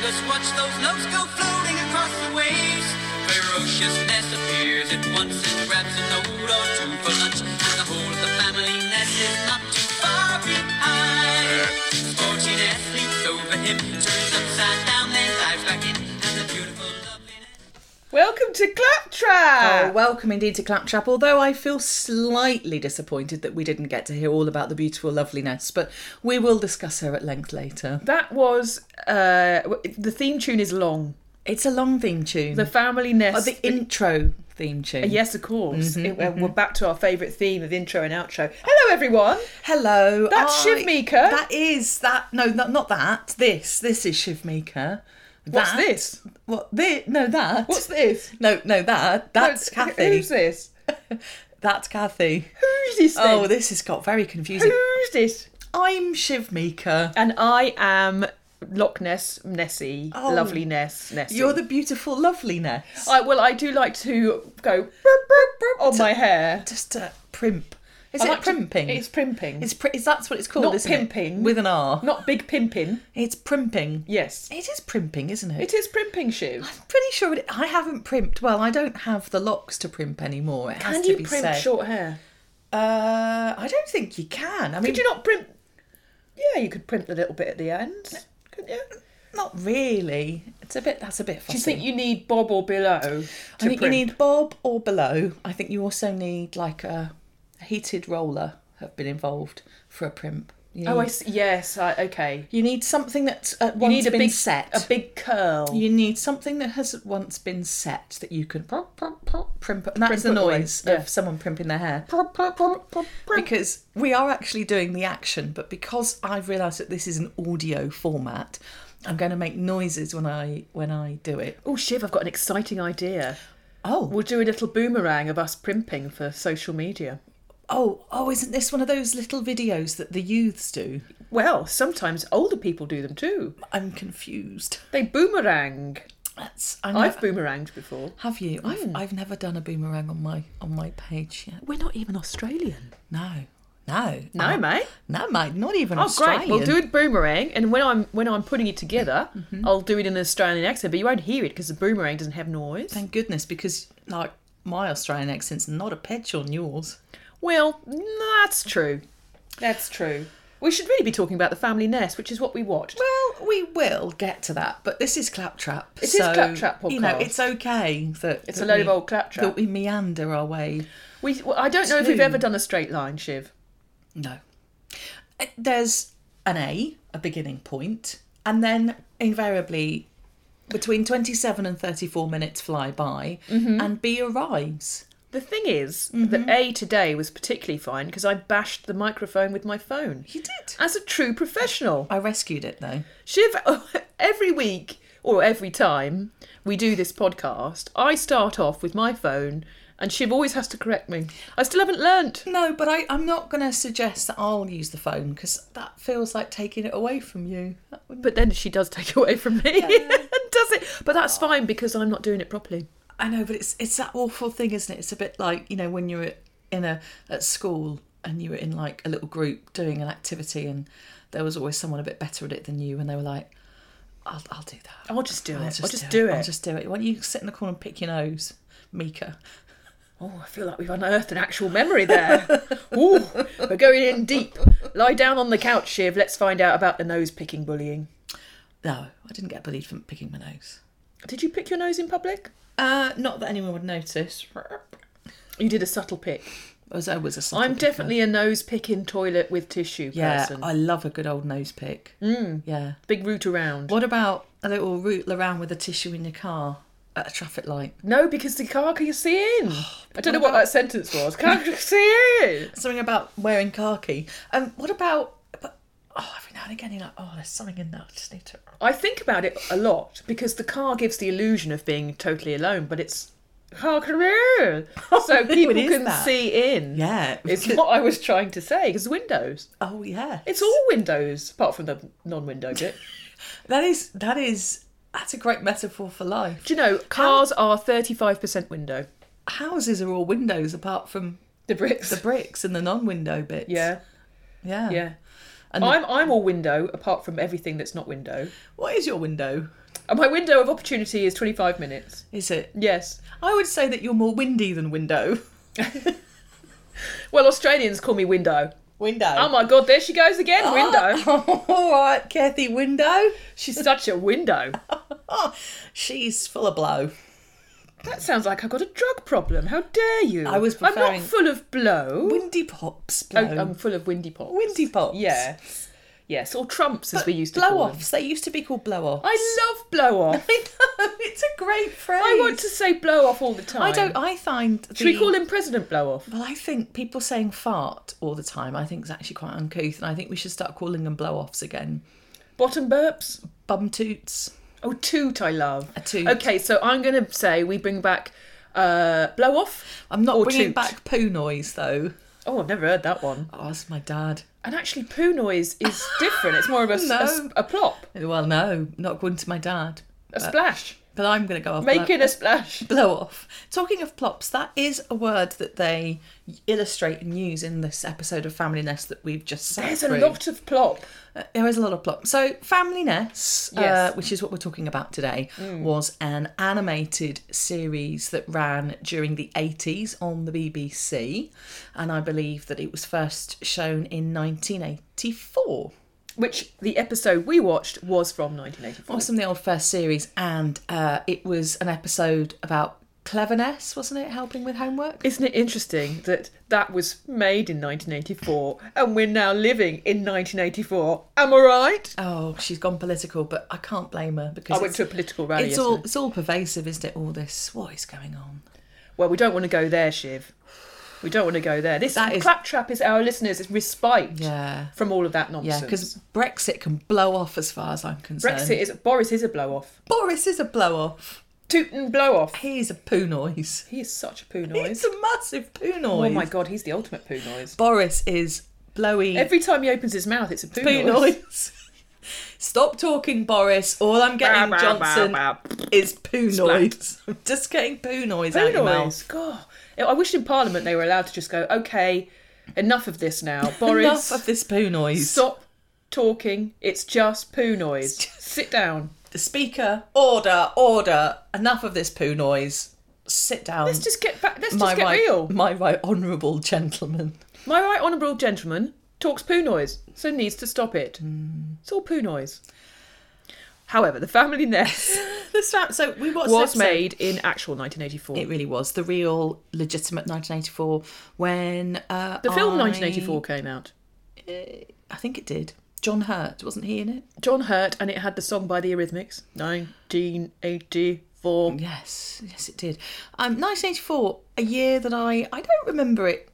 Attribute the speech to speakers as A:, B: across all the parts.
A: Just watch those notes go floating across the waves. Ferociousness appears at once and grabs an old or two for lunch. And the whole of the family nest is not too far behind. Sportiness leaps over him, turns upside down, then dives back in. And the beautiful loveliness.
B: Welcome to Claptrap!
C: Oh, welcome indeed to Claptrap. Although I feel slightly disappointed that we didn't get to hear all about the beautiful loveliness, but we will discuss her at length later.
B: That was uh, w- the theme tune is long.
C: It's a long theme tune.
B: The family
C: Oh,
B: nest.
C: the Mm-hmm, intro theme tune.
B: yes, of course. It- uh, we're- We're back to our favourite theme of intro and outro. Hello, everyone.
C: Hello.
B: That's
C: I-
B: Shiv Mika.
C: That is that. No, not, not that. This. This is Shiv Mika.
B: What's
C: That-
B: this?
C: What? This? No, that.
B: What's this?
C: No, no, that. That's
B: No,
C: Kathy.
B: Who's this?
C: That's Kathy.
B: Who's this? Thing?
C: Oh, this has got very confusing.
B: Who's this?
C: I'm Shiv Mika.
B: And I am Loch Ness Nessie. Lovely Ness Nessie.
C: Oh. You're the beautiful loveliness.
B: I, well, I do like to go burp, burp, burp on my hair.
C: Oh, just a primp. Is
B: I
C: it
B: like to-
C: primping?
B: It's primping.
C: It's pri- is that's what it's called?
B: Not
C: isn't it?
B: pimping.
C: with an R.
B: not big pimping.
C: It's primping.
B: Yes.
C: It is primping, isn't it?
B: It is primping, Shiv.
C: I'm pretty sure it, I haven't primped. Well, I don't have the locks to primp anymore. It has
B: Can
C: to
B: you
C: be
B: primp
C: said.
B: short hair?
C: Uh, I don't think you can. I mean,
B: Could you not primp? Yeah, you could primp a little bit at the end. Couldn't you?
C: not really. It's a bit. That's a bit. Fussy.
B: Do you think you need bob or below? To
C: I think you need bob or below. I think you also need like a, a heated roller. Have been involved for a primp. You
B: Oh, I
C: need-
B: see. Yes. I, okay.
C: You need something that's at
B: You
C: once
B: need a
C: been
B: big
C: set.
B: a big curl.
C: You need something that has once been set that you can prop, prop, prop, primp. And
B: Primp
C: that's the
B: it away,
C: noise
B: yeah.
C: of someone primping their hair. Because we are actually doing the action, but because I've realised that this is an audio format, I'm going to make noises when I when I do it.
B: Oh, Shiv, I've got an exciting idea.
C: Oh,
B: We'll do a little boomerang of us primping for social media.
C: oh, oh! Isn't this one of those little videos that the youths do?
B: Well, sometimes older people do them too.
C: I'm confused.
B: They boomerang.
C: That's I
B: I've Hmm.
C: never-
B: boomeranged before.
C: have you? I've I've never done a boomerang on my on my page yet.
B: We're not even Australian.
C: No, no,
B: No, mate.
C: no, mate. Not even
B: Oh,
C: Australian.
B: great! We'll do it boomerang, and when I'm when I'm putting it together,
C: Mm-hmm.
B: I'll do it in an Australian accent, but you won't hear it because the boomerang doesn't have noise.
C: Thank goodness, because like my Australian accent's not a patch on yours.
B: well, that's true. That's true. We should really be talking about the family nest, which is what we watched.
C: Well, we will get to that, but this is claptrap. It
B: is
C: is
B: Claptrap
C: You know,
B: podcast.
C: it's okay that
B: It's
C: that
B: a load
C: we-
B: of old claptrap.
C: that we meander our way.
B: We, well, I don't know if we've
C: Two.
B: ever done a straight line, Shiv.
C: No, Uh, there's an A, a beginning point, and then invariably between 27 and 34 minutes fly by,
B: Mm-hmm.
C: and B arrives.
B: The thing is that
C: Mm-hmm.
B: A today was particularly fine because I bashed the microphone with my phone.
C: You did.
B: As a true professional,
C: I rescued it though.
B: Shiv, every week or every time we do this podcast, I start off with my phone and Shiv always has to correct me. I still haven't learnt.
C: No, but I, I'm not going to suggest that I'll use the phone because that feels like taking it away from you. That wouldn't-
B: But then she does take it away from me and does it. But that's fine because I'm not doing it properly.
C: I know, but it's it's that awful thing, isn't it? It's a bit like you know when you're at- in a at school and you were in like a little group doing an activity, and there was always someone a bit better at it than you, and they were like, "I'll I'll do that.
B: I'll just do it. I'll just, do
C: do
B: it.
C: I'll just do it. Why don't you sit in the corner and pick your nose, Mika?
B: Oh, I feel like we've unearthed an actual memory there. Ooh, we're going in deep. Lie down on the couch, Shiv. Let's find out about the nose picking bullying.
C: No, I didn't get bullied for picking my nose.
B: Did you pick your nose in public?
C: Uh, not that anyone would notice.
B: You did a subtle pick.
C: As I was a subtle
B: I'm
C: picker.
B: definitely a nose picking toilet with tissue
C: yeah.
B: person.
C: I love a good old nose pick. Mm. Yeah.
B: Big root around.
C: What about a little root around with a tissue in your car at a traffic light?
B: No, because the car can you see in. I don't know what that sentence was. Can't you see in?
C: something about wearing khaki. Um, what about? But oh, every now and again you're like, oh, there's something in there. I just need to.
B: I think about it a lot because the car gives the illusion of being totally alone, but it's car career. So
C: It
B: people
C: is
B: can
C: that.
B: see in.
C: Yeah.
B: It's what I was trying to say because windows.
C: Oh yeah.
B: It's all windows apart from the non-window bit.
C: that is that is that's a great metaphor for life.
B: Do you know cars are 35% window?
C: Houses are all windows apart from
B: The bricks.
C: the bricks and the non-window bits.
B: yeah,
C: Yeah.
B: yeah.
C: And the-
B: I'm I'm all window apart from everything that's not window.
C: What is your window?
B: And my window of opportunity is 25 minutes.
C: Is it?
B: Yes.
C: I would say that you're more windy than window.
B: Well, Australians call me window.
C: Window.
B: Oh my god, there she goes again,
C: Oh.
B: window.
C: All right, Kathy. Window.
B: She's such a window.
C: Oh, she's full of blow.
B: That sounds like I've got a drug problem. How dare you?
C: I was
B: I'm
C: preferring-
B: not full of blow.
C: Windy pops. Blow.
B: Oh, I'm full of windy pop.
C: windy pops.
B: Yes. Yes, or trumps as we used to
C: blow
B: call them.
C: offs. They used to be called blow offs.
B: I love blow off.
C: I know it's a great phrase.
B: I want to say blow off all the time.
C: I don't. I find. The,
B: Should we call him President Blow Off?
C: Well, I think people saying fart all the time. I think is actually quite uncouth, and I think we should start calling them blow offs again.
B: Bottom burps?
C: Bum toots.
B: Oh, toot, I love.
C: A toot.
B: Okay, so I'm going to say we bring back uh, blow off.
C: I'm not
B: Or
C: bringing
B: toot.
C: back poo noise though.
B: Oh, I've never heard that one.
C: Oh, that's my dad.
B: And actually, poo noise is different. It's more of a, s- a s-
C: No.
B: a plop,
C: Well, no, not going to my dad.
B: a splash,
C: But I'm going to go off.
B: making
C: blow,
B: a splash.
C: blow off. Talking of plops, that is a word that they illustrate and use in this episode of Family Nest that we've just sat
B: There's a
C: through. Uh,
B: lot of plop.
C: There is a lot of plot. So, Family Nest,
B: Yes. Mm.
C: uh, which is what we're talking about today, was an animated series that ran during the 80s on the BBC. And I believe that it was first shown in 1984.
B: Which the episode we watched was from 1984.
C: Awesome, the old first series. And uh, it was an episode about cleverness, wasn't it? Helping with homework?
B: Isn't it interesting that that was made in 1984 and we're now living in 1984? Am I right?
C: Oh, she's gone political, but I can't blame her because
B: I went
C: it's-
B: to a political rally
C: it's all
B: yesterday.
C: it's all pervasive, isn't it? All this, what is going on?
B: Well, we don't want to go there, Shiv. We don't want to go there. This
C: That is-
B: claptrap is our listeners' It's respite
C: Yeah.
B: from all of that
C: Yeah,
B: nonsense.
C: because Brexit can blow off as far as I'm concerned.
B: Brexit is Boris is a blow off.
C: Boris is a blow off.
B: Toot and blow off.
C: He's a poo noise.
B: He is such a poo
C: It's
B: noise.
C: a massive poo noise.
B: Oh my god, he's the ultimate poo noise.
C: Boris is blowy
B: Every time he opens his mouth, it's a poo,
C: poo
B: noise.
C: noise. Stop talking, Boris. All I'm getting,
B: Bow, bow, bow,
C: Johnson,
B: bow.
C: is poo noise. I'm just getting poo noise out
B: Poo
C: of your mouth.
B: noise. God, I wish in Parliament they were allowed to just go. Okay, enough of this now, Boris.
C: Enough of this poo noise.
B: Stop talking. It's just poo noise. Sit down.
C: The speaker, order, order. Enough of this poo noise. Sit down.
B: Let's just get back. Let's
C: my
B: just get
C: right,
B: real.
C: my right honourable gentleman.
B: My right honourable gentleman talks poo noise, so needs to stop it.
C: Hmm.
B: It's all poo noise. However, the family nest
C: This fa- so
B: Uh,
C: we watched this
B: was
C: episode-
B: made in actual 1984.
C: It really was the real legitimate 1984 when uh,
B: the film
C: I-
B: 1984 came out.
C: I think it did. John Hurt wasn't he in it?
B: John Hurt, and it had the song by the Eurythmics. 1984.
C: Yes, yes, it did. Um, 1984, a year that I I don't remember it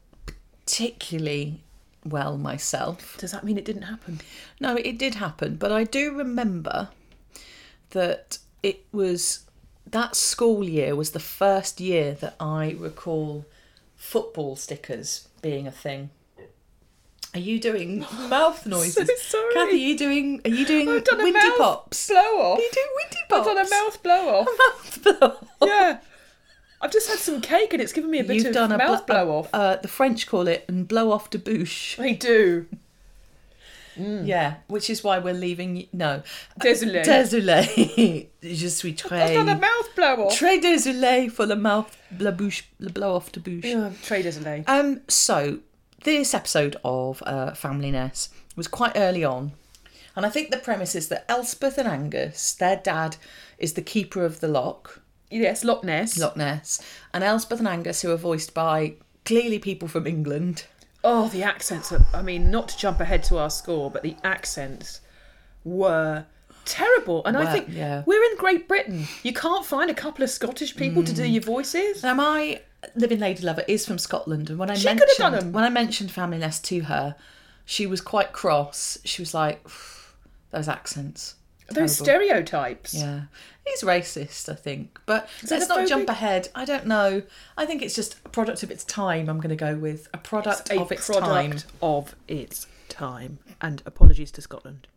C: particularly well myself.
B: Does that mean it didn't happen?
C: No, it did happen, but I do remember that it was that school year was the first year that I recall football stickers being a thing. Are you doing mouth noises?
B: sorry.
C: Kathy, are you doing are you doing
B: I've done a
C: windy
B: mouth
C: pops?
B: Blow off.
C: Are you doing windy
B: I've
C: pops?
B: done a mouth blow off.
C: mouth blow.
B: yeah. I've just had some cake and it's given me a bit
C: You've
B: of
C: done a bl-
B: mouth blow
C: a-
B: off.
C: Uh, the French call it and blow off de bouche.
B: I do. Hmm.
C: Yeah, which is why we're leaving. y- No,
B: Désolé.
C: Désolé. Je suis très.
B: I've done a mouth blow off.
C: Très désolé for the mouth, la bouche, le blow off the bouche.
B: Yeah, trade isn't they?
C: Um, so this episode of uh, Family Nest was quite early on, and I think the premise is that Elspeth and Angus, their dad, is the keeper of the lock,
B: Yes, Loch Ness.
C: Loch Ness, and Elspeth and Angus, who are voiced by clearly people from England.
B: Oh, the accents. Are, I mean, not to jump ahead to our score, but the accents were terrible. And I
C: Well,
B: think
C: yeah.
B: we're in Great Britain. You can't find a couple of Scottish people to do
C: Mm.
B: your voices.
C: Now my living lady lover is from Scotland, and when I
B: She could have
C: mentioned
B: done 'em.
C: when I mentioned Family Nest to her, she was quite cross. She was like, "Those accents."
B: Those
C: terrible."
B: stereotypes.
C: Yeah. He's racist, I think. But let's not
B: Xenophobic?
C: jump ahead. I don't know. I think it's just a product of its time, I'm going to go with. A product
B: A
C: of its time.
B: product of its time. And apologies to Scotland.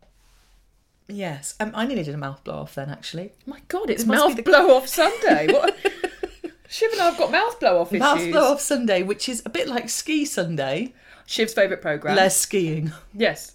C: Yes. Um, I nearly did a mouth blow off then, actually.
B: My God, it's
C: must be
B: mouth
C: the-
B: blow off Sunday. What? Shiv and I have got mouth blow off issues.
C: Mouth blow off Sunday, which is a bit like ski Sunday.
B: Shiv's favourite programme.
C: Less skiing.
B: Yes.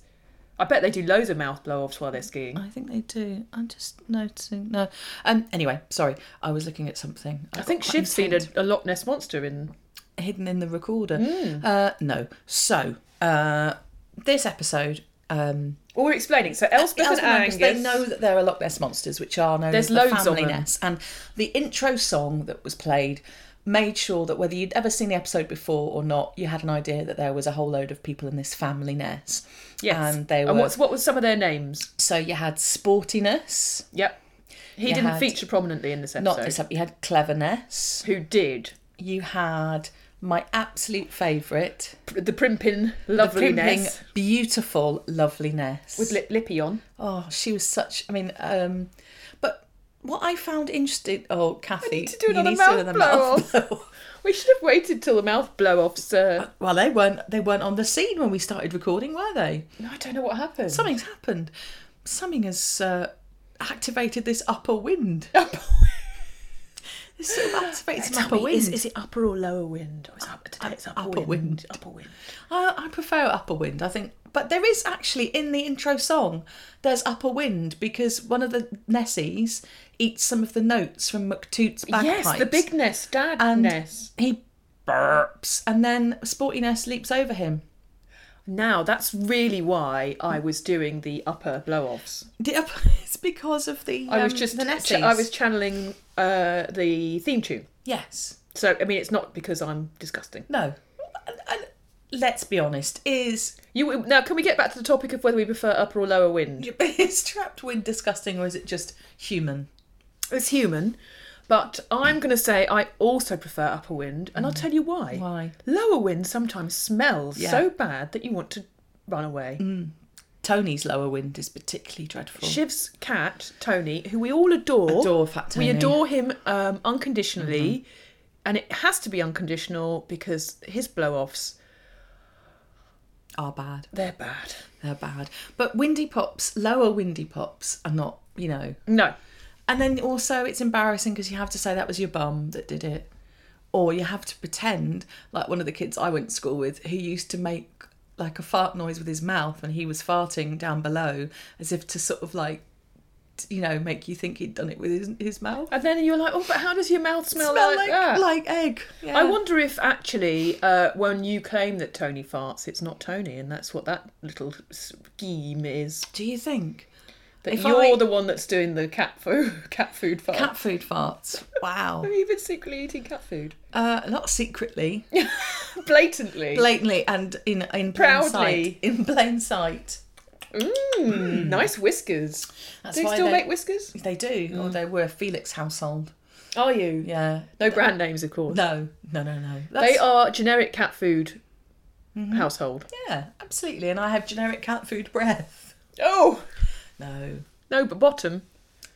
B: I bet they do loads of mouth blow offs while they're skiing.
C: I think they do. I'm just noticing. No. Um. Anyway, sorry. I was looking at something.
B: I think Shiv's seen a, a Loch Ness monster in.
C: hidden in the recorder.
B: Hmm.
C: Uh, no. So uh, this episode. Um,
B: Well, we're explaining. So Elspeth,
C: Elspeth
B: and
C: and
B: Angus.
C: They know that there are Loch Ness monsters, which are known
B: There's
C: as the
B: loads of
C: family
B: them.
C: Ness. And the intro song that was played made sure that whether you'd ever seen the episode before or not, you had an idea that there was a whole load of people in this family Ness.
B: Yes.
C: and they were.
B: what's what were some of their names?
C: so you had sportiness.
B: Yep. He didn't
C: had-
B: feature prominently in this episode.
C: Not this up. You had cleverness.
B: Who did?
C: You had my absolute favourite,
B: The primping
C: the primping,
B: loveliness
C: beautiful loveliness
B: with lip, lippy on.
C: Oh, she was such. I mean, um, but what I found interesting. Oh, Kathy,
B: need to do
C: you
B: another
C: need
B: mouth blow
C: mouth blow.
B: We should have waited till the mouth blow offs. Uh,
C: well, they weren't. They weren't on the scene when we started recording, were they?
B: no, I don't know what happened.
C: Something's happened. Something has uh, activated this upper wind. This sort of activates an upper wind.
B: it upper or lower wind? Or is up, today it's
C: upper wind.
B: Upper wind.
C: I, I prefer upper wind. I think, but there is actually in the intro song, there's upper wind because one of the Nessies eats some of the notes from McToot's bagpipes.
B: Yes, the big nest, dad
C: and
B: nest.
C: he burps, and then sportiness leaps over him.
B: Now that's really why I was doing the upper blow offs.
C: Yep, it's because of the.
B: I was
C: um,
B: just
C: the
B: ch-
C: Nessies.
B: I was channeling uh, the theme tune.
C: yes.
B: So I mean, it's not because I'm disgusting.
C: No. And- and Let's be honest. Is
B: You now can we get back to the topic of whether we prefer upper or lower wind?
C: is trapped wind disgusting or is it just human?
B: It's human, but I'm going to say I also prefer upper wind, and I'll tell you Mm. why.
C: Why?
B: Lower wind sometimes smells
C: Yeah.
B: so bad that you want to run away.
C: Tony's lower wind is particularly dreadful.
B: Shiv's cat Tony, who we all adore,
C: Adore Fat
B: we
C: Tony.
B: adore him um, unconditionally, and it has to be unconditional because his blow-offs
C: Are bad.
B: they're bad.
C: They're bad. But windy pops, lower windy pops, are not. You know.
B: No,
C: And then also, it's embarrassing because you have to say that was your bum that did it, or you have to pretend like one of the kids I went to school with who used to make like a fart noise with his mouth when he was farting down below, as if to sort of like, t- you know, make you think he'd done it with his, his mouth.
B: and then you're like, oh, but how does your mouth smell,
C: Smell
B: like, that?
C: like egg. Yeah.
B: I wonder if actually, uh, when you claim that Tony farts, it's not Tony, and that's what that little scheme is.
C: Do you think
B: That
C: If
B: you're
C: I-
B: the one that's doing the cat food, cat food fart.
C: cat food farts? Wow.
B: Have you been secretly eating cat food?
C: Uh, not secretly,
B: Blatantly.
C: blatantly, and in in plain
B: Proudly.
C: sight. In plain sight.
B: Mm, nice whiskers.
C: That's
B: Do you
C: why
B: still
C: they-
B: make Mm. whiskers?
C: They do, although we're Felix household.
B: Are you?
C: Yeah.
B: No brand names, of course.
C: No, no, no, no. That's, Mm-hmm.
B: They are generic cat food household.
C: Yeah, absolutely. And I have generic cat food breath.
B: Oh
C: No.
B: no, but bottom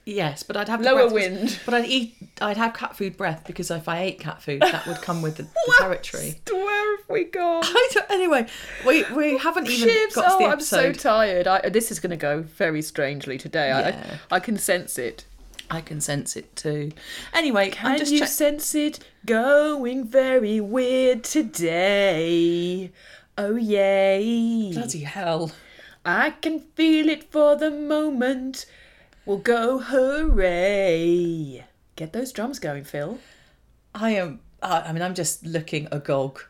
C: Yes, but I'd have the
B: lower
C: breath-
B: wind.
C: But I'd eat. I'd have cat food breath because if I ate cat food, that would come with the, the territory.
B: Where have we gone?
C: I don't- anyway, we we haven't even
B: Shivs,
C: got to the
B: oh, I'm so
C: episode.
B: tired. I, this is going to go very strangely today.
C: Yeah.
B: I, I can sense it.
C: I can sense it too. Anyway, I'm
B: And
C: just
B: you
C: check-
B: sense it going very weird today. Oh yay!
C: bloody hell.
B: I can feel it for the moment. We'll go hooray! Get those drums going, Phil.
C: I am. I I mean, I'm just looking agog.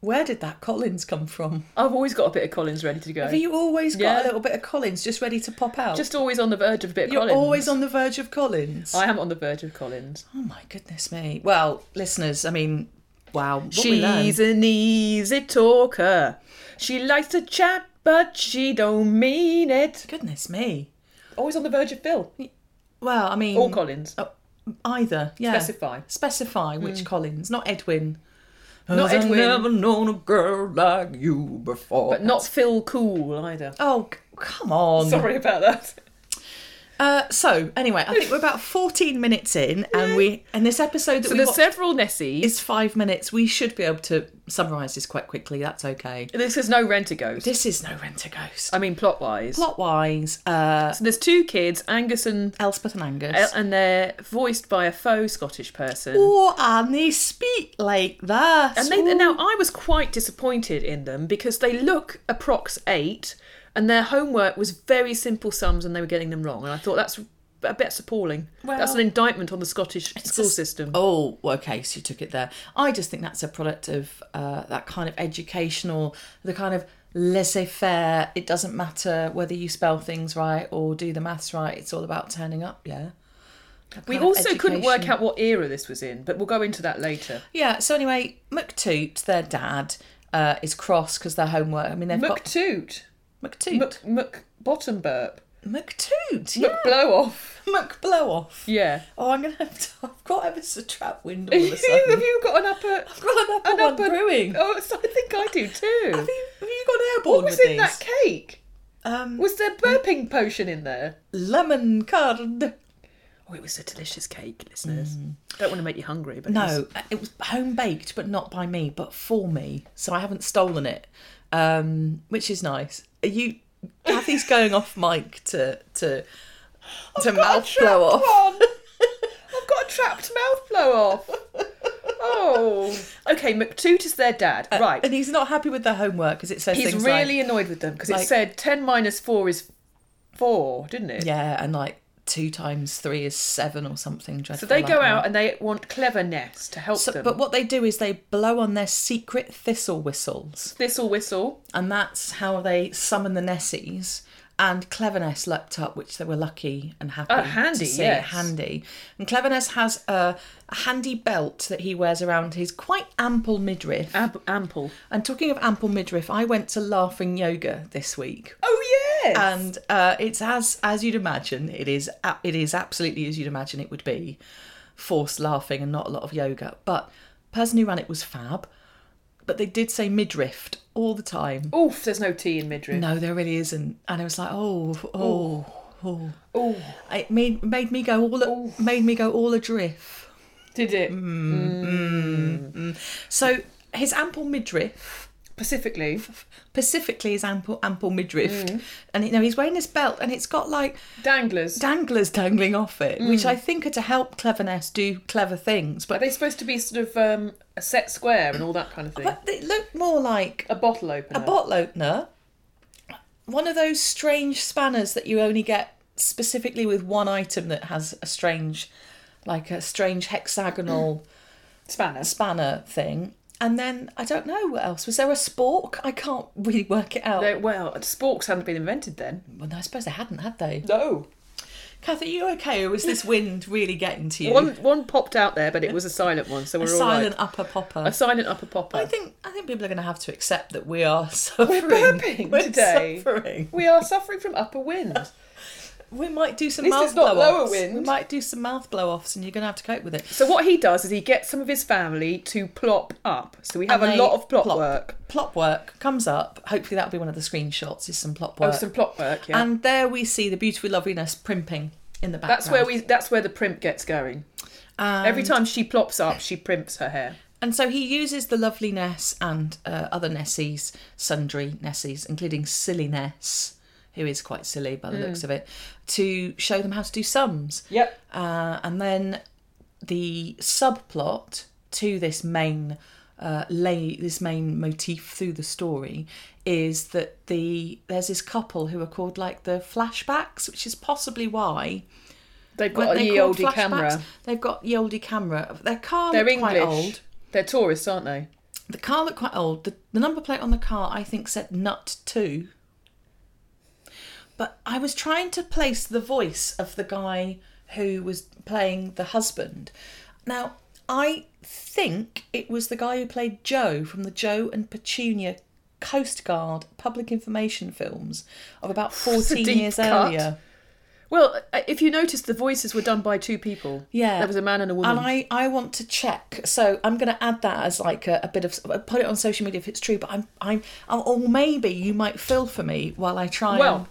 C: Where did that Collins come from?
B: I've always got a bit of Collins ready to go.
C: Have you always got
B: Yeah.
C: a little bit of Collins just ready to pop out?
B: Just always on the verge of a bit of
C: You're
B: Collins.
C: always on the verge of Collins.
B: I am on the verge of Collins.
C: Oh my goodness me! Well, listeners, I mean, wow, what we
B: She's
C: learned.
B: an easy talker. She likes to chat, but she don't mean it. Mm.
C: Goodness me!
B: Always on the verge of Phil.
C: Well, I mean,
B: Or Collins.
C: Oh, either, yeah.
B: Specify. Hmm.
C: Specify which Collins, not Edwin.
B: Not
C: 'Cause I've
B: Edwin.
C: never known a girl like you before.
B: But not Phil Cool either.
C: Oh, c- come on!
B: Sorry about that.
C: Uh, so anyway, I think we're about fourteen minutes in, and we and this episode that
B: So
C: we
B: there's
C: watched
B: several Nessies.
C: is five minutes. We should be able to summarise this quite quickly. That's okay.
B: This is no rent a ghost.
C: This is no rent a ghost.
B: I mean, plot wise.
C: Plot wise, uh,
B: So there's two kids, Angus and
C: Elspeth and Angus.
B: and they're voiced by a faux Scottish person.
C: Oh, and they speak like that.
B: And they, now I was quite disappointed in them because they look approx eight, and their homework was very simple sums, and they were getting them wrong. And I thought that's a bit appalling. that's
C: Well-
B: an indictment on the Scottish school
C: just-
B: system.
C: Oh, well, okay, so you took it there. I just think that's a product of uh, that kind of educational, the kind of laissez faire. It doesn't matter whether you spell things right or do the maths right, it's all about turning up, yeah. That
B: we
C: kind of
B: also couldn't work
C: education.
B: out what era this was in, but we'll go into that later.
C: Yeah, so anyway, McToot, their dad, uh, is cross because their homework. I mean, they've got.
B: McToot,
C: McToot.
B: Mc Mc Bottom Burp,
C: McToot, yeah.
B: Mc Blow Off.
C: McBlow off.
B: Yeah.
C: Oh, I'm going to have to. I've got ever a trap window all of a
B: Have
C: sudden.
B: you got an upper?
C: I've got an upper
B: an
C: one
B: upper-
C: brewing.
B: Oh, so I think I do too.
C: Have you, have you got
B: what
C: airborne
B: was
C: with
B: in
C: these?
B: that cake?
C: Um,
B: Was there burping potion in there?
C: lemon curd.
B: Oh, it was a delicious cake, listeners. Don't want to make you hungry, but it was-
C: Mm. No, uh, it was home baked, but not by me, but for me. So I haven't stolen it, um, which is nice. Are you, Kathy's going off mic to to to mouth blow off.
B: I've got a trapped mouth blow off. Oh, okay. McToot is their dad, right?
C: Uh, And he's not happy with their homework because it says
B: He's
C: things
B: really
C: like
B: annoyed with them because it
C: like-
B: said ten minus four is four, didn't it?
C: yeah, and like two times three is seven or something.
B: So they go out and they want cleverness to help them.
C: but what they do is they blow on their secret thistle whistles.
B: Thistle whistle.
C: and that's how they summon the Nessies. And Cleverness leapt up, which they were lucky and happy
B: Oh, handy,
C: to see.
B: yes.
C: Handy. And Cleverness has a, a handy belt that he wears around his quite ample midriff.
B: Ab- ample.
C: and talking of ample midriff, I went to Laughing Yoga this week.
B: Oh yes.
C: And uh, it's as as you'd imagine. It is a- it is absolutely as you'd imagine it would be, forced laughing and not a lot of yoga. But person who ran it was fab. But they did say midriff all the time.
B: Oof, there's no tea in midriff.
C: No, there really isn't. And it was like, oh, oh, oh.
B: Oh,
C: It made made me go all made me go all adrift.
B: did it
C: Mm. So his ample midriff,
B: specifically?
C: specifically his ample ample midriff, and you know he's wearing this belt, and it's got like
B: Danglers.
C: danglers dangling off it, which
B: Hmm.
C: I think are to help cleverness do clever things.
B: Are
C: But,
B: they supposed to be sort of um, a set square and all that kind of thing?
C: but they look more like
B: a bottle opener.
C: a bottle opener, one of those strange spanners that you only get specifically with one item that has a strange, like a strange hexagonal
B: spanner.
C: spanner thing. And then I don't know what else. Was there a spork? I can't really work it out.
B: They- well, sporks hadn't been invented then.
C: Well, no, I suppose they hadn't, had they?
B: No.
C: Kathy, are you okay, or is this wind really getting to you?
B: One one popped out there, but it was a silent one, so we're
C: a
B: all right.
C: silent upper popper.
B: A silent upper popper.
C: I think I think people are going to have to accept that we are suffering.
B: burping
C: We're
B: today.
C: Suffering.
B: we are suffering from upper wind.
C: We might do some
B: At least
C: mouth
B: it's not
C: blow
B: lower
C: offs. We
B: wind.
C: might do some mouth blow offs, and you're going to have to cope with it.
B: so what he does is he gets some of his family to plop up. So we have
C: And
B: a
C: they
B: lot of plop,
C: plop.
B: work.
C: Plop work comes up. Hopefully, that'll be one of the screenshots. Is some plop
B: Oh,
C: work.
B: some plop work. Yeah.
C: Uh, And there we see the beautiful loveliness primping in the background.
B: that's where we. That's where the primp gets going.
C: Um,
B: Every time she plops up, she primps her hair.
C: And so he uses the lovely Ness and uh, other Nessies, sundry Nessies, including silly Ness, who is quite silly by the
B: Mm.
C: looks of it, to show them how to do sums.
B: Yep.
C: Uh, and then the subplot to this main uh, lay this main motif through the story is that the there's this couple who are called like the flashbacks, which is possibly why
B: They've
C: weren't
B: got a
C: they
B: ye
C: called
B: olde camera.
C: They've got ye olde camera. Their car
B: They're
C: looked quite
B: English.
C: old.
B: They're tourists, aren't they?
C: The car looked quite old. The, the number plate on the car, I think, said Nut 2. But I was trying to place the voice of the guy who was playing the husband. Now, I think it was the guy who played Joe from the Joe and Petunia Coast Guard public information films of about 14
B: deep
C: years
B: cut.
C: earlier.
B: Well, uh, if you notice, the voices were done by two people.
C: Yeah.
B: There was a man and a woman.
C: And I, I want to check. So I'm going to add that as like a, a bit of uh, put it on social media if it's true. But I'm I'm oh, or maybe you might fill for me while I try. and,
B: Well,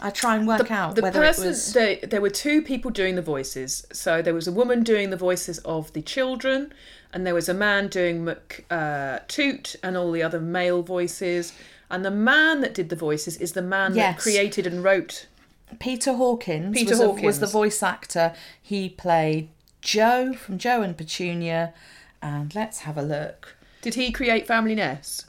C: I try and work out
B: the
C: whether
B: person
C: it was.
B: there- there were two people doing the voices. So there was a woman doing the voices of the children, and there was a man doing Mc uh, Toot and all the other male voices. And the man that did the voices is the man that
C: Yes.
B: created and wrote.
C: Peter Hawkins.
B: Peter
C: was, a- was
B: Hawkins.
C: the voice actor. He played Joe from Joe and Petunia. And let's have a look.
B: Did he create Family Nest?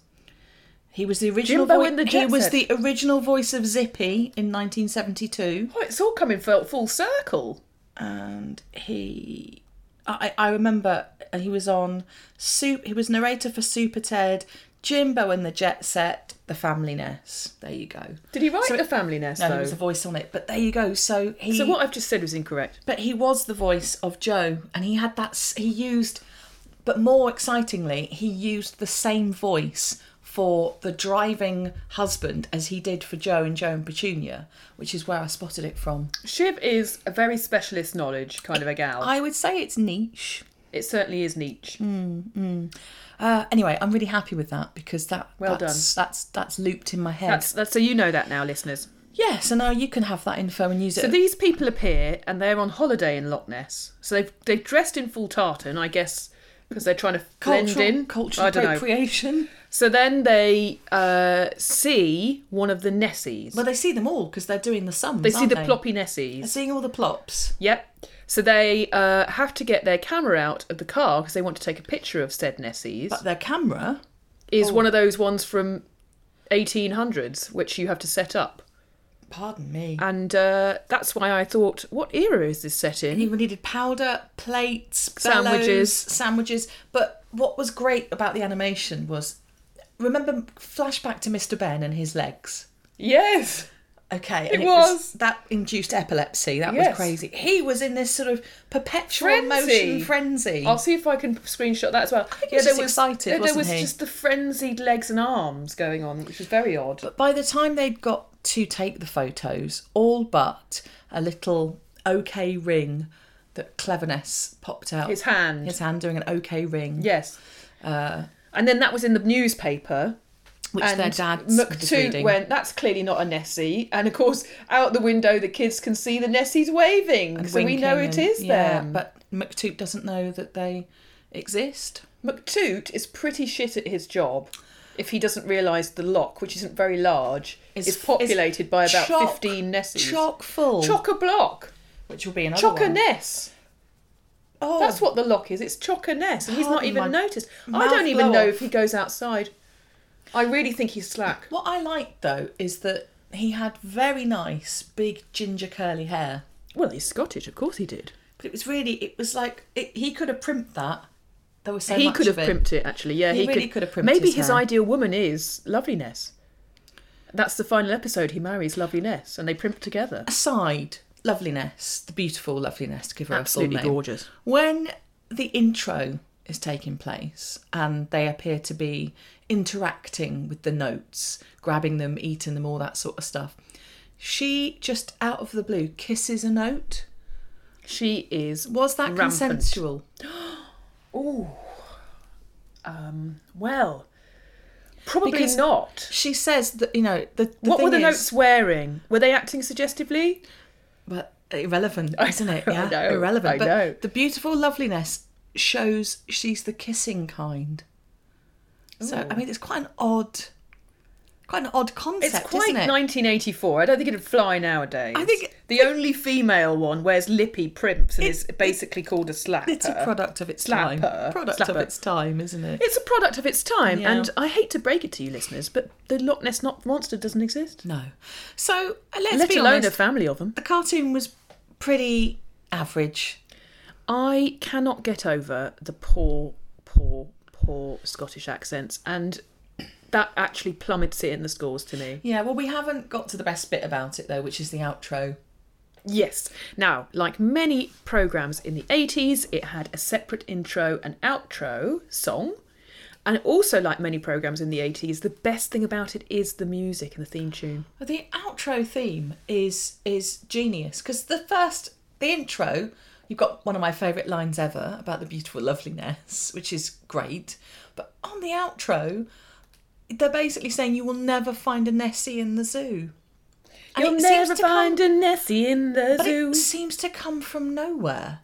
C: He was the original.
B: Jimbo
C: voi-
B: in the
C: he
B: Jet
C: was
B: Set.
C: the original voice of Zippy in 1972,
B: Oh, it's all coming full, full circle.
C: and he, I, I remember he was on soup. He was narrator for Super Ted, Jimbo and the Jet Set, The Family Nest. There you go.
B: Did he write
C: So
B: the
C: it-
B: Family Nest
C: No,
B: though?
C: there was a voice on it, but there you go. So he.
B: so what I've just said was incorrect.
C: But he was the voice of Joe, and he had that. s- He used, but more excitingly, he used the same voice for the driving husband as he did for Joe and Joe and Petunia, which is where I spotted it from.
B: Shiv is a very specialist knowledge kind of a gal.
C: I Mm. would say it's niche.
B: it certainly is niche.
C: Uh, anyway, I'm really happy with that because that
B: Well
C: that's, That's that's looped in my head.
B: That's, that's so you know that now, listeners.
C: yeah. So now you can have that info and use
B: So
C: it.
B: these people appear and they're on holiday in Loch Ness. So they've they've dressed in full tartan, I guess, because they're trying to blend
C: cultural,
B: in
C: cultural
B: I don't know.
C: appropriation.
B: So then they uh, see one of the Nessies.
C: Well, they see them all because they're doing the sums.
B: they see
C: aren't
B: the
C: they?
B: ploppy Nessies.
C: They're seeing all the plops.
B: Yep. So they uh, have to get their camera out of the car because they want to take a picture of said Nessies.
C: But oh. their camera
B: is one of those ones from 1800s which you have to set up.
C: Pardon me.
B: And uh, that's why I thought, what era is this set in?
C: You needed powder, plates, bellows,
B: Sandwiches.
C: sandwiches. But what was great about the animation was, remember flashback to Mr. Ben and his legs.
B: Yes.
C: Okay, and
B: It was.
C: that induced epilepsy. That
B: Yes.
C: was crazy. He was in this sort of perpetual
B: Frenzy.
C: motion frenzy.
B: I'll see if I can screenshot that as well.
C: he was just excited,
B: there,
C: wasn't
B: was
C: he?
B: just the frenzied legs and arms going on, which is very odd.
C: But by the time they'd got to take the photos, all but a little OK ring that Cleverness popped out.
B: His hand.
C: His hand doing an OK ring.
B: yes. and then that was in the newspaper.
C: Uh, Which
B: And
C: their dad's was
B: McToot
C: reading.
B: went, that's clearly not a Nessie. And of course, out the window, the kids can see the Nessies waving. so we
C: winking
B: know it
C: and-
B: is
C: yeah,
B: them.
C: But McToop doesn't know that they exist.
B: McToot is pretty shit at his job if he doesn't realise the lock, which isn't very large, is, populated by about
C: chock-
B: 15 Nessies.
C: Chock full.
B: Chock a block.
C: which will be another
B: Chock a
C: one.
B: ness.
C: Oh,
B: That's what the lock is. It's chock a ness. And he's not
C: Pardon
B: even
C: my
B: noticed. I
C: mouth
B: don't even
C: blow
B: know
C: off.
B: if he goes outside. I really think he's slack.
C: What I liked though is that he had very nice big ginger curly hair.
B: Well, he's Scottish. Of course he did.
C: But it was really, it was like it, he could have primped that. There was so
B: he
C: much
B: could have
C: of it.
B: primped it actually. Yeah,
C: He really could have primped
B: Maybe
C: his
B: his
C: hair.
B: ideal woman is loveliness. That's the final episode. He marries loveliness, and they primp together.
C: Aside loveliness, the beautiful loveliness, to give her
B: Absolutely
C: a full name.
B: gorgeous.
C: When the intro is taking place and they appear to be interacting with the notes, grabbing them, eating them, all that sort of stuff, she just out of the blue kisses a note.
B: She is.
C: Was that
B: Rampant.
C: consensual?
B: Well, probably
C: Because-
B: not.
C: She says that you know the, the
B: What were the
C: thing is-
B: notes wearing? Were they acting suggestively?
C: But irrelevant, isn't it?
B: I
C: Yeah,
B: know,
C: irrelevant.
B: I
C: but
B: know.
C: the beautiful loveliness shows she's the kissing kind. So I mean, it's quite an odd, quite an odd concept,
B: It's quite
C: isn't it?
B: 1984. I don't think it'd fly nowadays.
C: I think-
B: the only female one wears lippy primps and is
C: It's-
B: basically called a slapper.
C: It's a product of its
B: Slap
C: time.
B: her.
C: Product
B: Slap
C: of
B: her.
C: its time, isn't it?
B: It's a product of its time,
C: Yeah.
B: and I hate to break it to you, listeners, but the Loch Ness not monster doesn't exist.
C: no. So uh, let's
B: Let
C: be
B: alone a
C: honest.
B: family of them.
C: the cartoon was pretty average.
B: I cannot get over the poor, poor, poor Scottish accents, and that actually plummets it in the scores to me.
C: Yeah. Well, we haven't got to the best bit about it though, which is the outro.
B: Yes. Now, like many programs in the 80s, it had a separate intro and outro song. And also, like many programs in the 80s, the best thing about it is the music and the theme tune.
C: The outro theme is is genius because the first the intro you've got one of my favourite lines ever about the beautiful loveliness, which is great. But on the outro, they're basically saying you will never find a Nessie in the zoo. And
B: You'll
C: it
B: never
C: seems to
B: find
C: come,
B: a Nessie in the
C: but
B: zoo.
C: it seems to come from nowhere.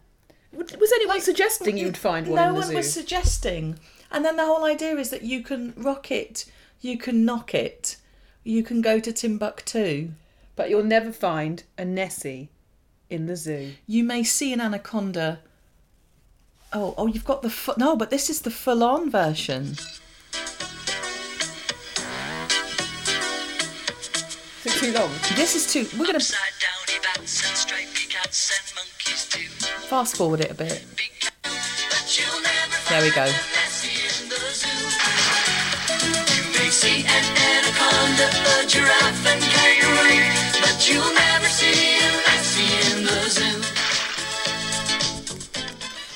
B: Was anyone suggesting you'd find one
C: no
B: in the
C: one
B: zoo?
C: was suggesting. And then the whole idea is that you can rock it, you can knock it, you can go to Timbuktu.
B: But you'll never find a Nessie in the zoo.
C: you may see an anaconda. Oh, oh, you've got the fu- no, but this is the full-on version.
B: Took too long.
C: This is too. We're going to
A: Upside downy bats and stripy cats and monkeys too.
C: fast forward it a bit.
A: Big cat, but you'll never
C: There we go.
A: find a lassie in the zoo. You may see an anaconda, a giraffe, and kangaroo, but you'll never see a lassie in the zoo.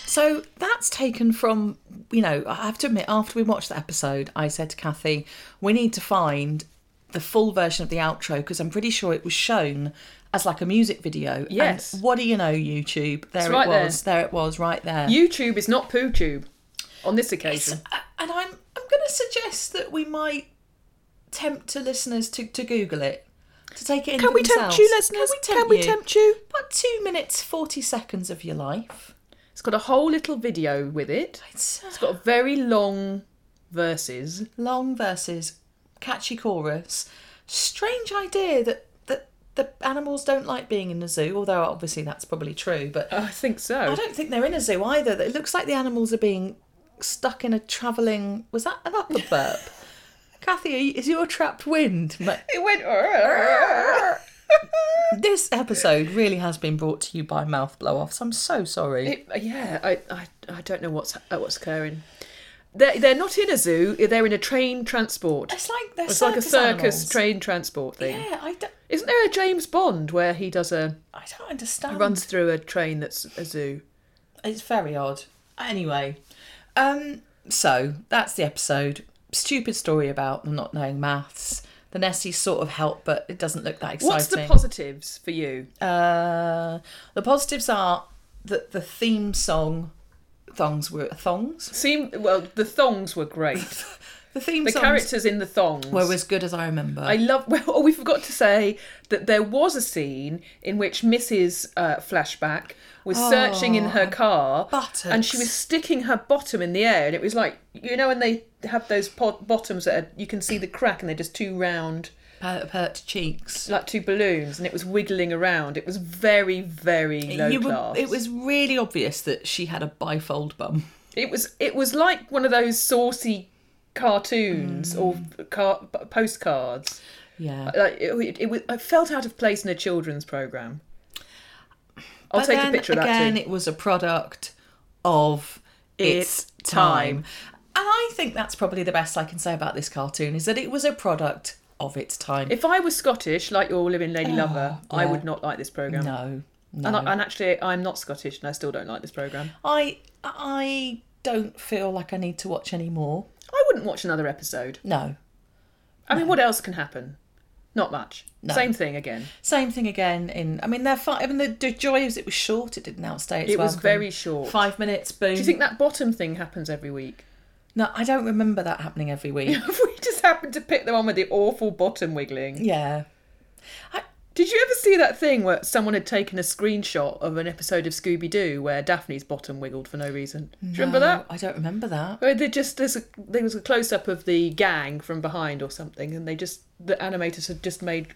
C: So that's taken from, you know, I have to admit, after we watched the episode, I said to Kathy, we need to find the full version of the outro because I'm pretty sure it was shown as like a music video. And
B: Yes.
C: what do you know, YouTube? There it
B: right there.
C: was. There. it was, right there.
B: YouTube is not PooTube on this occasion.
C: uh, and I'm, I'm going to suggest that we might tempt to listeners to, to Google it. To take it in
B: Can
C: for
B: we tempt
C: themselves.
B: you, listeners?
C: Can we tempt you?
B: you?
C: About two minutes, 40 seconds of your life.
B: It's got a whole little video with it.
C: It's,
B: It's got very long verses.
C: long verses, catchy chorus. Strange idea that that the animals don't like being in a zoo, although obviously that's probably true. But
B: Oh, I think
C: I
B: so.
C: don't think they're in a zoo either. It looks like the animals are being stuck in a travelling. Was that an upper burp? Kathy, are you- is your trapped wind? Ma-
B: It went. uh,
C: This episode really has been brought to you by mouth blow offs. I'm so sorry.
B: It, yeah, I, I, I don't know what's uh, what's occurring. They're, they're not in a zoo. They're in a train transport.
C: it's like they're
B: It's like a circus
C: animals.
B: train transport thing.
C: Yeah, I don't,
B: Isn't there a James Bond where he does a
C: I don't understand.
B: runs through a train that's a zoo?
C: It's very odd. Anyway, um, so that's the episode. Stupid story about them not knowing maths. The Nessie sort of help, but it doesn't look that exciting.
B: What's the positives for you?
C: uh, the positives are that the theme song thongs were thongs.
B: Seem well, the thongs were great.
C: The theme
B: The
C: songs
B: characters in the thongs
C: were as good as I remember.
B: I love. Well, oh, we forgot to say that there was a scene in which Mrs. Uh, Flashback was searching in her car,
C: buttocks.
B: and she was sticking her bottom in the air, and it was like you know when they have those pot- bottoms that are, you can see the crack, and they're just two round,
C: Per- pert cheeks.
B: like two balloons, and it was wiggling around. It was very, very low
C: You were-
B: class.
C: it was really obvious that she had a bifold bum.
B: It was. It was like one of those saucy
C: Hmm.
B: cartoons or car- postcards.
C: Yeah.
B: like it, it, it was I felt out of place in a children's program. I'll
C: But
B: take a
C: then
B: picture of
C: again,
B: that too.
C: it was a product of its,
B: Its time.
C: time. And I think that's probably the best I can say about this cartoon is that it was a product of its time.
B: If I was Scottish, like your living lady lover, I would not like this program.
C: Oh, no, no.
B: And, I, and actually, I'm not Scottish, and I still don't like this program.
C: I I don't feel like I need to watch any more.
B: I wouldn't watch another episode.
C: No.
B: I mean, what else can happen? Not much. Same thing again.
C: Same thing again. In I mean, they're fine. I mean, the, the joy is it was short. It didn't outstay its
B: It was
C: welcome.
B: very short.
C: Five minutes. Boom.
B: Do you think that bottom thing happens every week?
C: No, I don't remember that happening every week.
B: we just happened to pick the one with the awful bottom wiggling.
C: yeah.
B: Did you ever see that thing where someone had taken a screenshot of an episode of Scooby Doo where Daphne's bottom wiggled for no reason? Do you remember
C: No,
B: that?
C: I don't remember that.
B: Where they just there's a, there was a close up of the gang from behind or something, and they just the animators had just made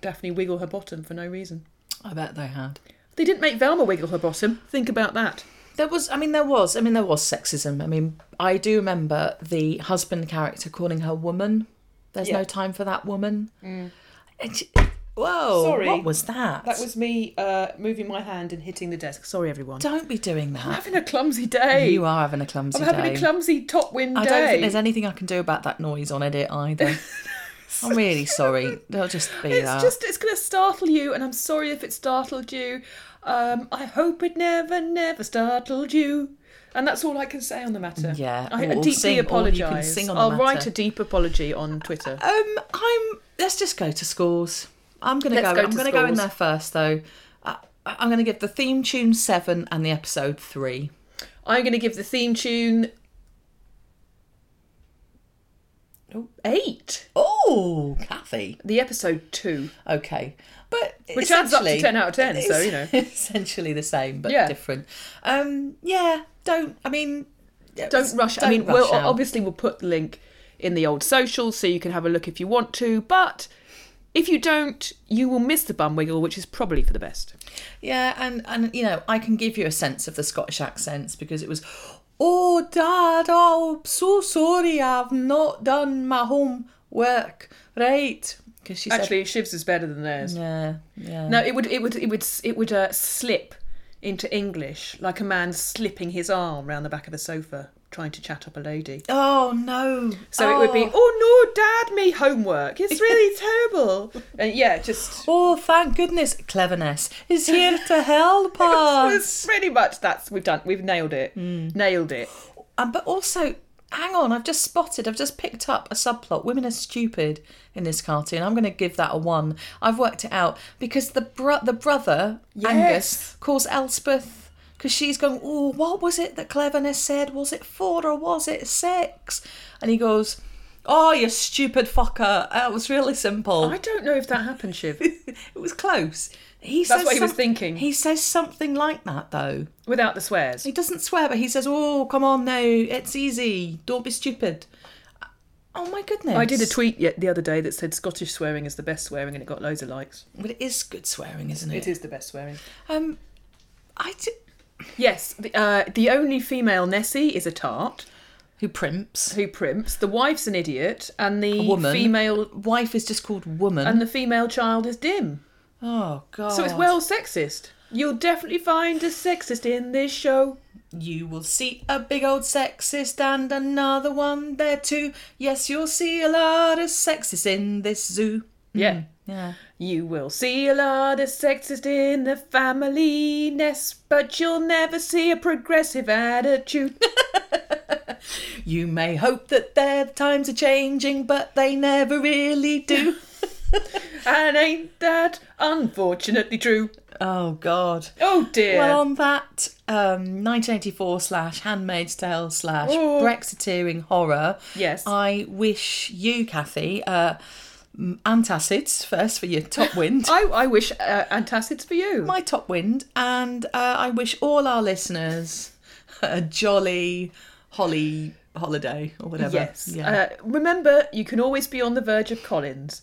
B: Daphne wiggle her bottom for no reason.
C: I bet they had.
B: They didn't make Velma wiggle her bottom. Think about that.
C: There was, I mean, there was, I mean, there was sexism. I mean, I do remember the husband character calling her woman. There's no
B: Yeah.
C: time for that woman. And she- whoa!
B: Sorry.
C: what was that?
B: That was me uh, moving my hand and hitting the desk. Sorry, everyone.
C: Don't be doing that.
B: having a clumsy day.
C: You are having a clumsy
B: I'm having
C: day.
B: a clumsy top wind
C: I
B: day.
C: don't think there's anything I can do about that noise on edit either. I'm really sorry. They'll just be
B: It's
C: that.
B: just it's going to startle you, and I'm sorry if it startled you. Um, I hope it never, never startled you. And that's all I can say on the matter.
C: Yeah,
B: I, I
C: or
B: deeply
C: sing- or you can
B: apologise.
C: sing on the
B: I'll write
C: matter.
B: a deep apology on Twitter.
C: Um, I'm. Let's just go to scores. I'm gonna
B: Let's
C: go.
B: go
C: I'm
B: to
C: gonna go in
B: scores.
C: there first though. I, I- I'm gonna give the theme tune seven and the episode three.
B: I'm going to give the theme tune eight.
C: Oh, Kathy.
B: The episode two.
C: Okay, but
B: Which adds up to
C: essentially-
B: 10 out of 10, so, you know.
C: essentially the same but
B: Yeah.
C: different. Um, yeah, don't. I mean,
B: Don't rush. I mean,
C: rush
B: we'll
C: out.
B: obviously we'll put the link in the old socials so you can have a look if you want to. But if you don't, you will miss the bum wiggle, which is probably for the best.
C: Yeah, and and you know, I can give you a sense of the Scottish accents because it was. Oh, Dad! Oh, I'm so sorry. I've not done my homework. Right. Because she said,
B: Actually, Shiv's is better than theirs.
C: yeah, yeah.
B: No, it would it would it would it would uh, slip into English like a man slipping his arm round the back of a sofa trying to chat up a lady.
C: Oh no.
B: So it would be,
C: Oh.
B: oh no, dad, me homework. It's really terrible. And yeah, just
C: Oh, thank goodness, cleverness is here to help us.
B: it's pretty much that's we've done. We've nailed it. Nailed it.
C: Um, but also, hang on, I've just spotted, I've just picked up a subplot. Women are stupid in this cartoon. I'm going to give that a one. I've worked it out because the bro- the brother Angus
B: Yes.
C: calls Elspeth because she's going, oh, what was it that cleverness said? Was it four or was it six? And he goes. Oh, you stupid fucker! That was really simple.
B: I don't know if that happened, Shiv.
C: it was close. He
B: That's
C: says
B: what he was
C: some-
B: thinking.
C: He says something like that though.
B: Without the swears.
C: He doesn't swear, but he says, "Oh, come on now, it's easy. Don't be stupid." Oh my goodness!
B: I did a tweet yet the other day that said Scottish swearing is the best swearing, and it got loads of likes.
C: but it is good swearing, isn't it?
B: It is the best swearing.
C: Um, I d-
B: Yes, the, uh, the only female Nessie is a tart
C: who primps?
B: who primps. The wife's an idiot, and the
C: woman.
B: female
C: Wife is just called woman.
B: and the female child is dim.
C: oh god!
B: So it's well sexist. You'll definitely find a sexist in this show.
C: You will see a big old sexist and another one there too. Yes, you'll see a lot of sexists in this zoo.
B: Yeah.
C: Yeah.
B: You will see a lot of sexist in the family nest, but you'll never see a progressive attitude.
C: You may hope that their times are changing, but they never really do.
B: and ain't that unfortunately true?
C: oh God.
B: Oh dear.
C: Well, on that um, 1984 slash Handmaid's Tale slash
B: Oh.
C: Brexiteering horror,
B: Yes.
C: I wish you, Kathy, uh, m- antacids first for your top wind.
B: I, I wish uh, antacids for you.
C: my top wind, and uh, I wish all our listeners a jolly holly holiday or whatever.
B: Yes.
C: Yeah.
B: Uh, remember, you can always be on the verge of Collins.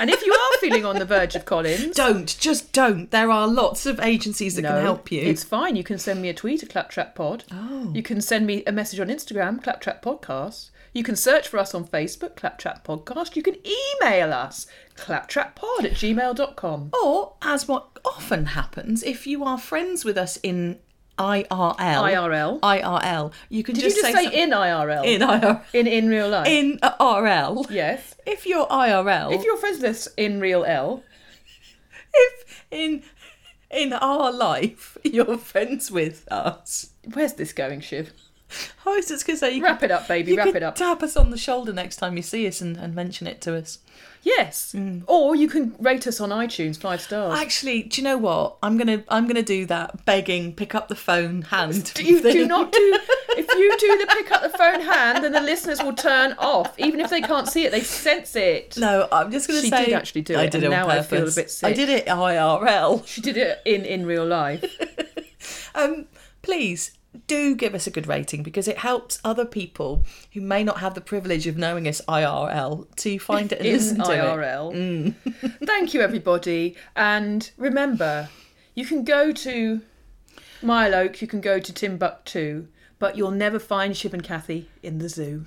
B: and if you are feeling on the verge of Collins,
C: don't just don't. There are lots of agencies that
B: no,
C: can help you.
B: It's fine. You can send me a tweet at Claptrap Pod. Oh. You can send me a message on Instagram, Claptrap Podcast. You can search for us on Facebook, Claptrap Podcast. You can email us, claptrappod at gmail.com.
C: Or, as what often happens, if you are friends with us in IRL,
B: IRL.
C: IRL, Oh, you can
B: Did
C: just,
B: you just say,
C: some-
B: in IRL?
C: in IRL,
B: in, in real life?
C: in RL.
B: Yes.
C: If you're IRL,
B: If you're friends with us in real L,
C: if in in our life you're friends with us,
B: where's this going, Shiv?
C: I was just gonna say you
B: Wrap
C: could,
B: it up, baby.
C: you
B: wrap
C: could
B: it up.
C: Tap us on the shoulder next time you see us and, and mention it to us.
B: Yes.
C: Mm.
B: Or you can rate us on iTunes five stars.
C: Actually, do you know what? I'm gonna I'm gonna do that begging, pick up the phone, hand.
B: do you do
C: thing.
B: not do if you do the pick up the phone hand, then the listeners will turn off. Even if they can't see it, they sense it.
C: No, I'm just going to
B: She
C: say
B: did actually do
C: I
B: it,
C: did
B: and
C: it
B: now
C: on
B: I feel a
C: purpose.
B: bit
C: I
B: sick.
C: did it IRL.
B: She did it in in real life.
C: Um, please do give us a good rating because it helps other people who may not have the privilege of knowing us IRL to find it and
B: in
C: listen to it. Mm.
B: IRL. Thank you, everybody. And remember, you can go to Mile Oak, you can go to Timbuktu, but you'll never find Shib and Kathy in the zoo.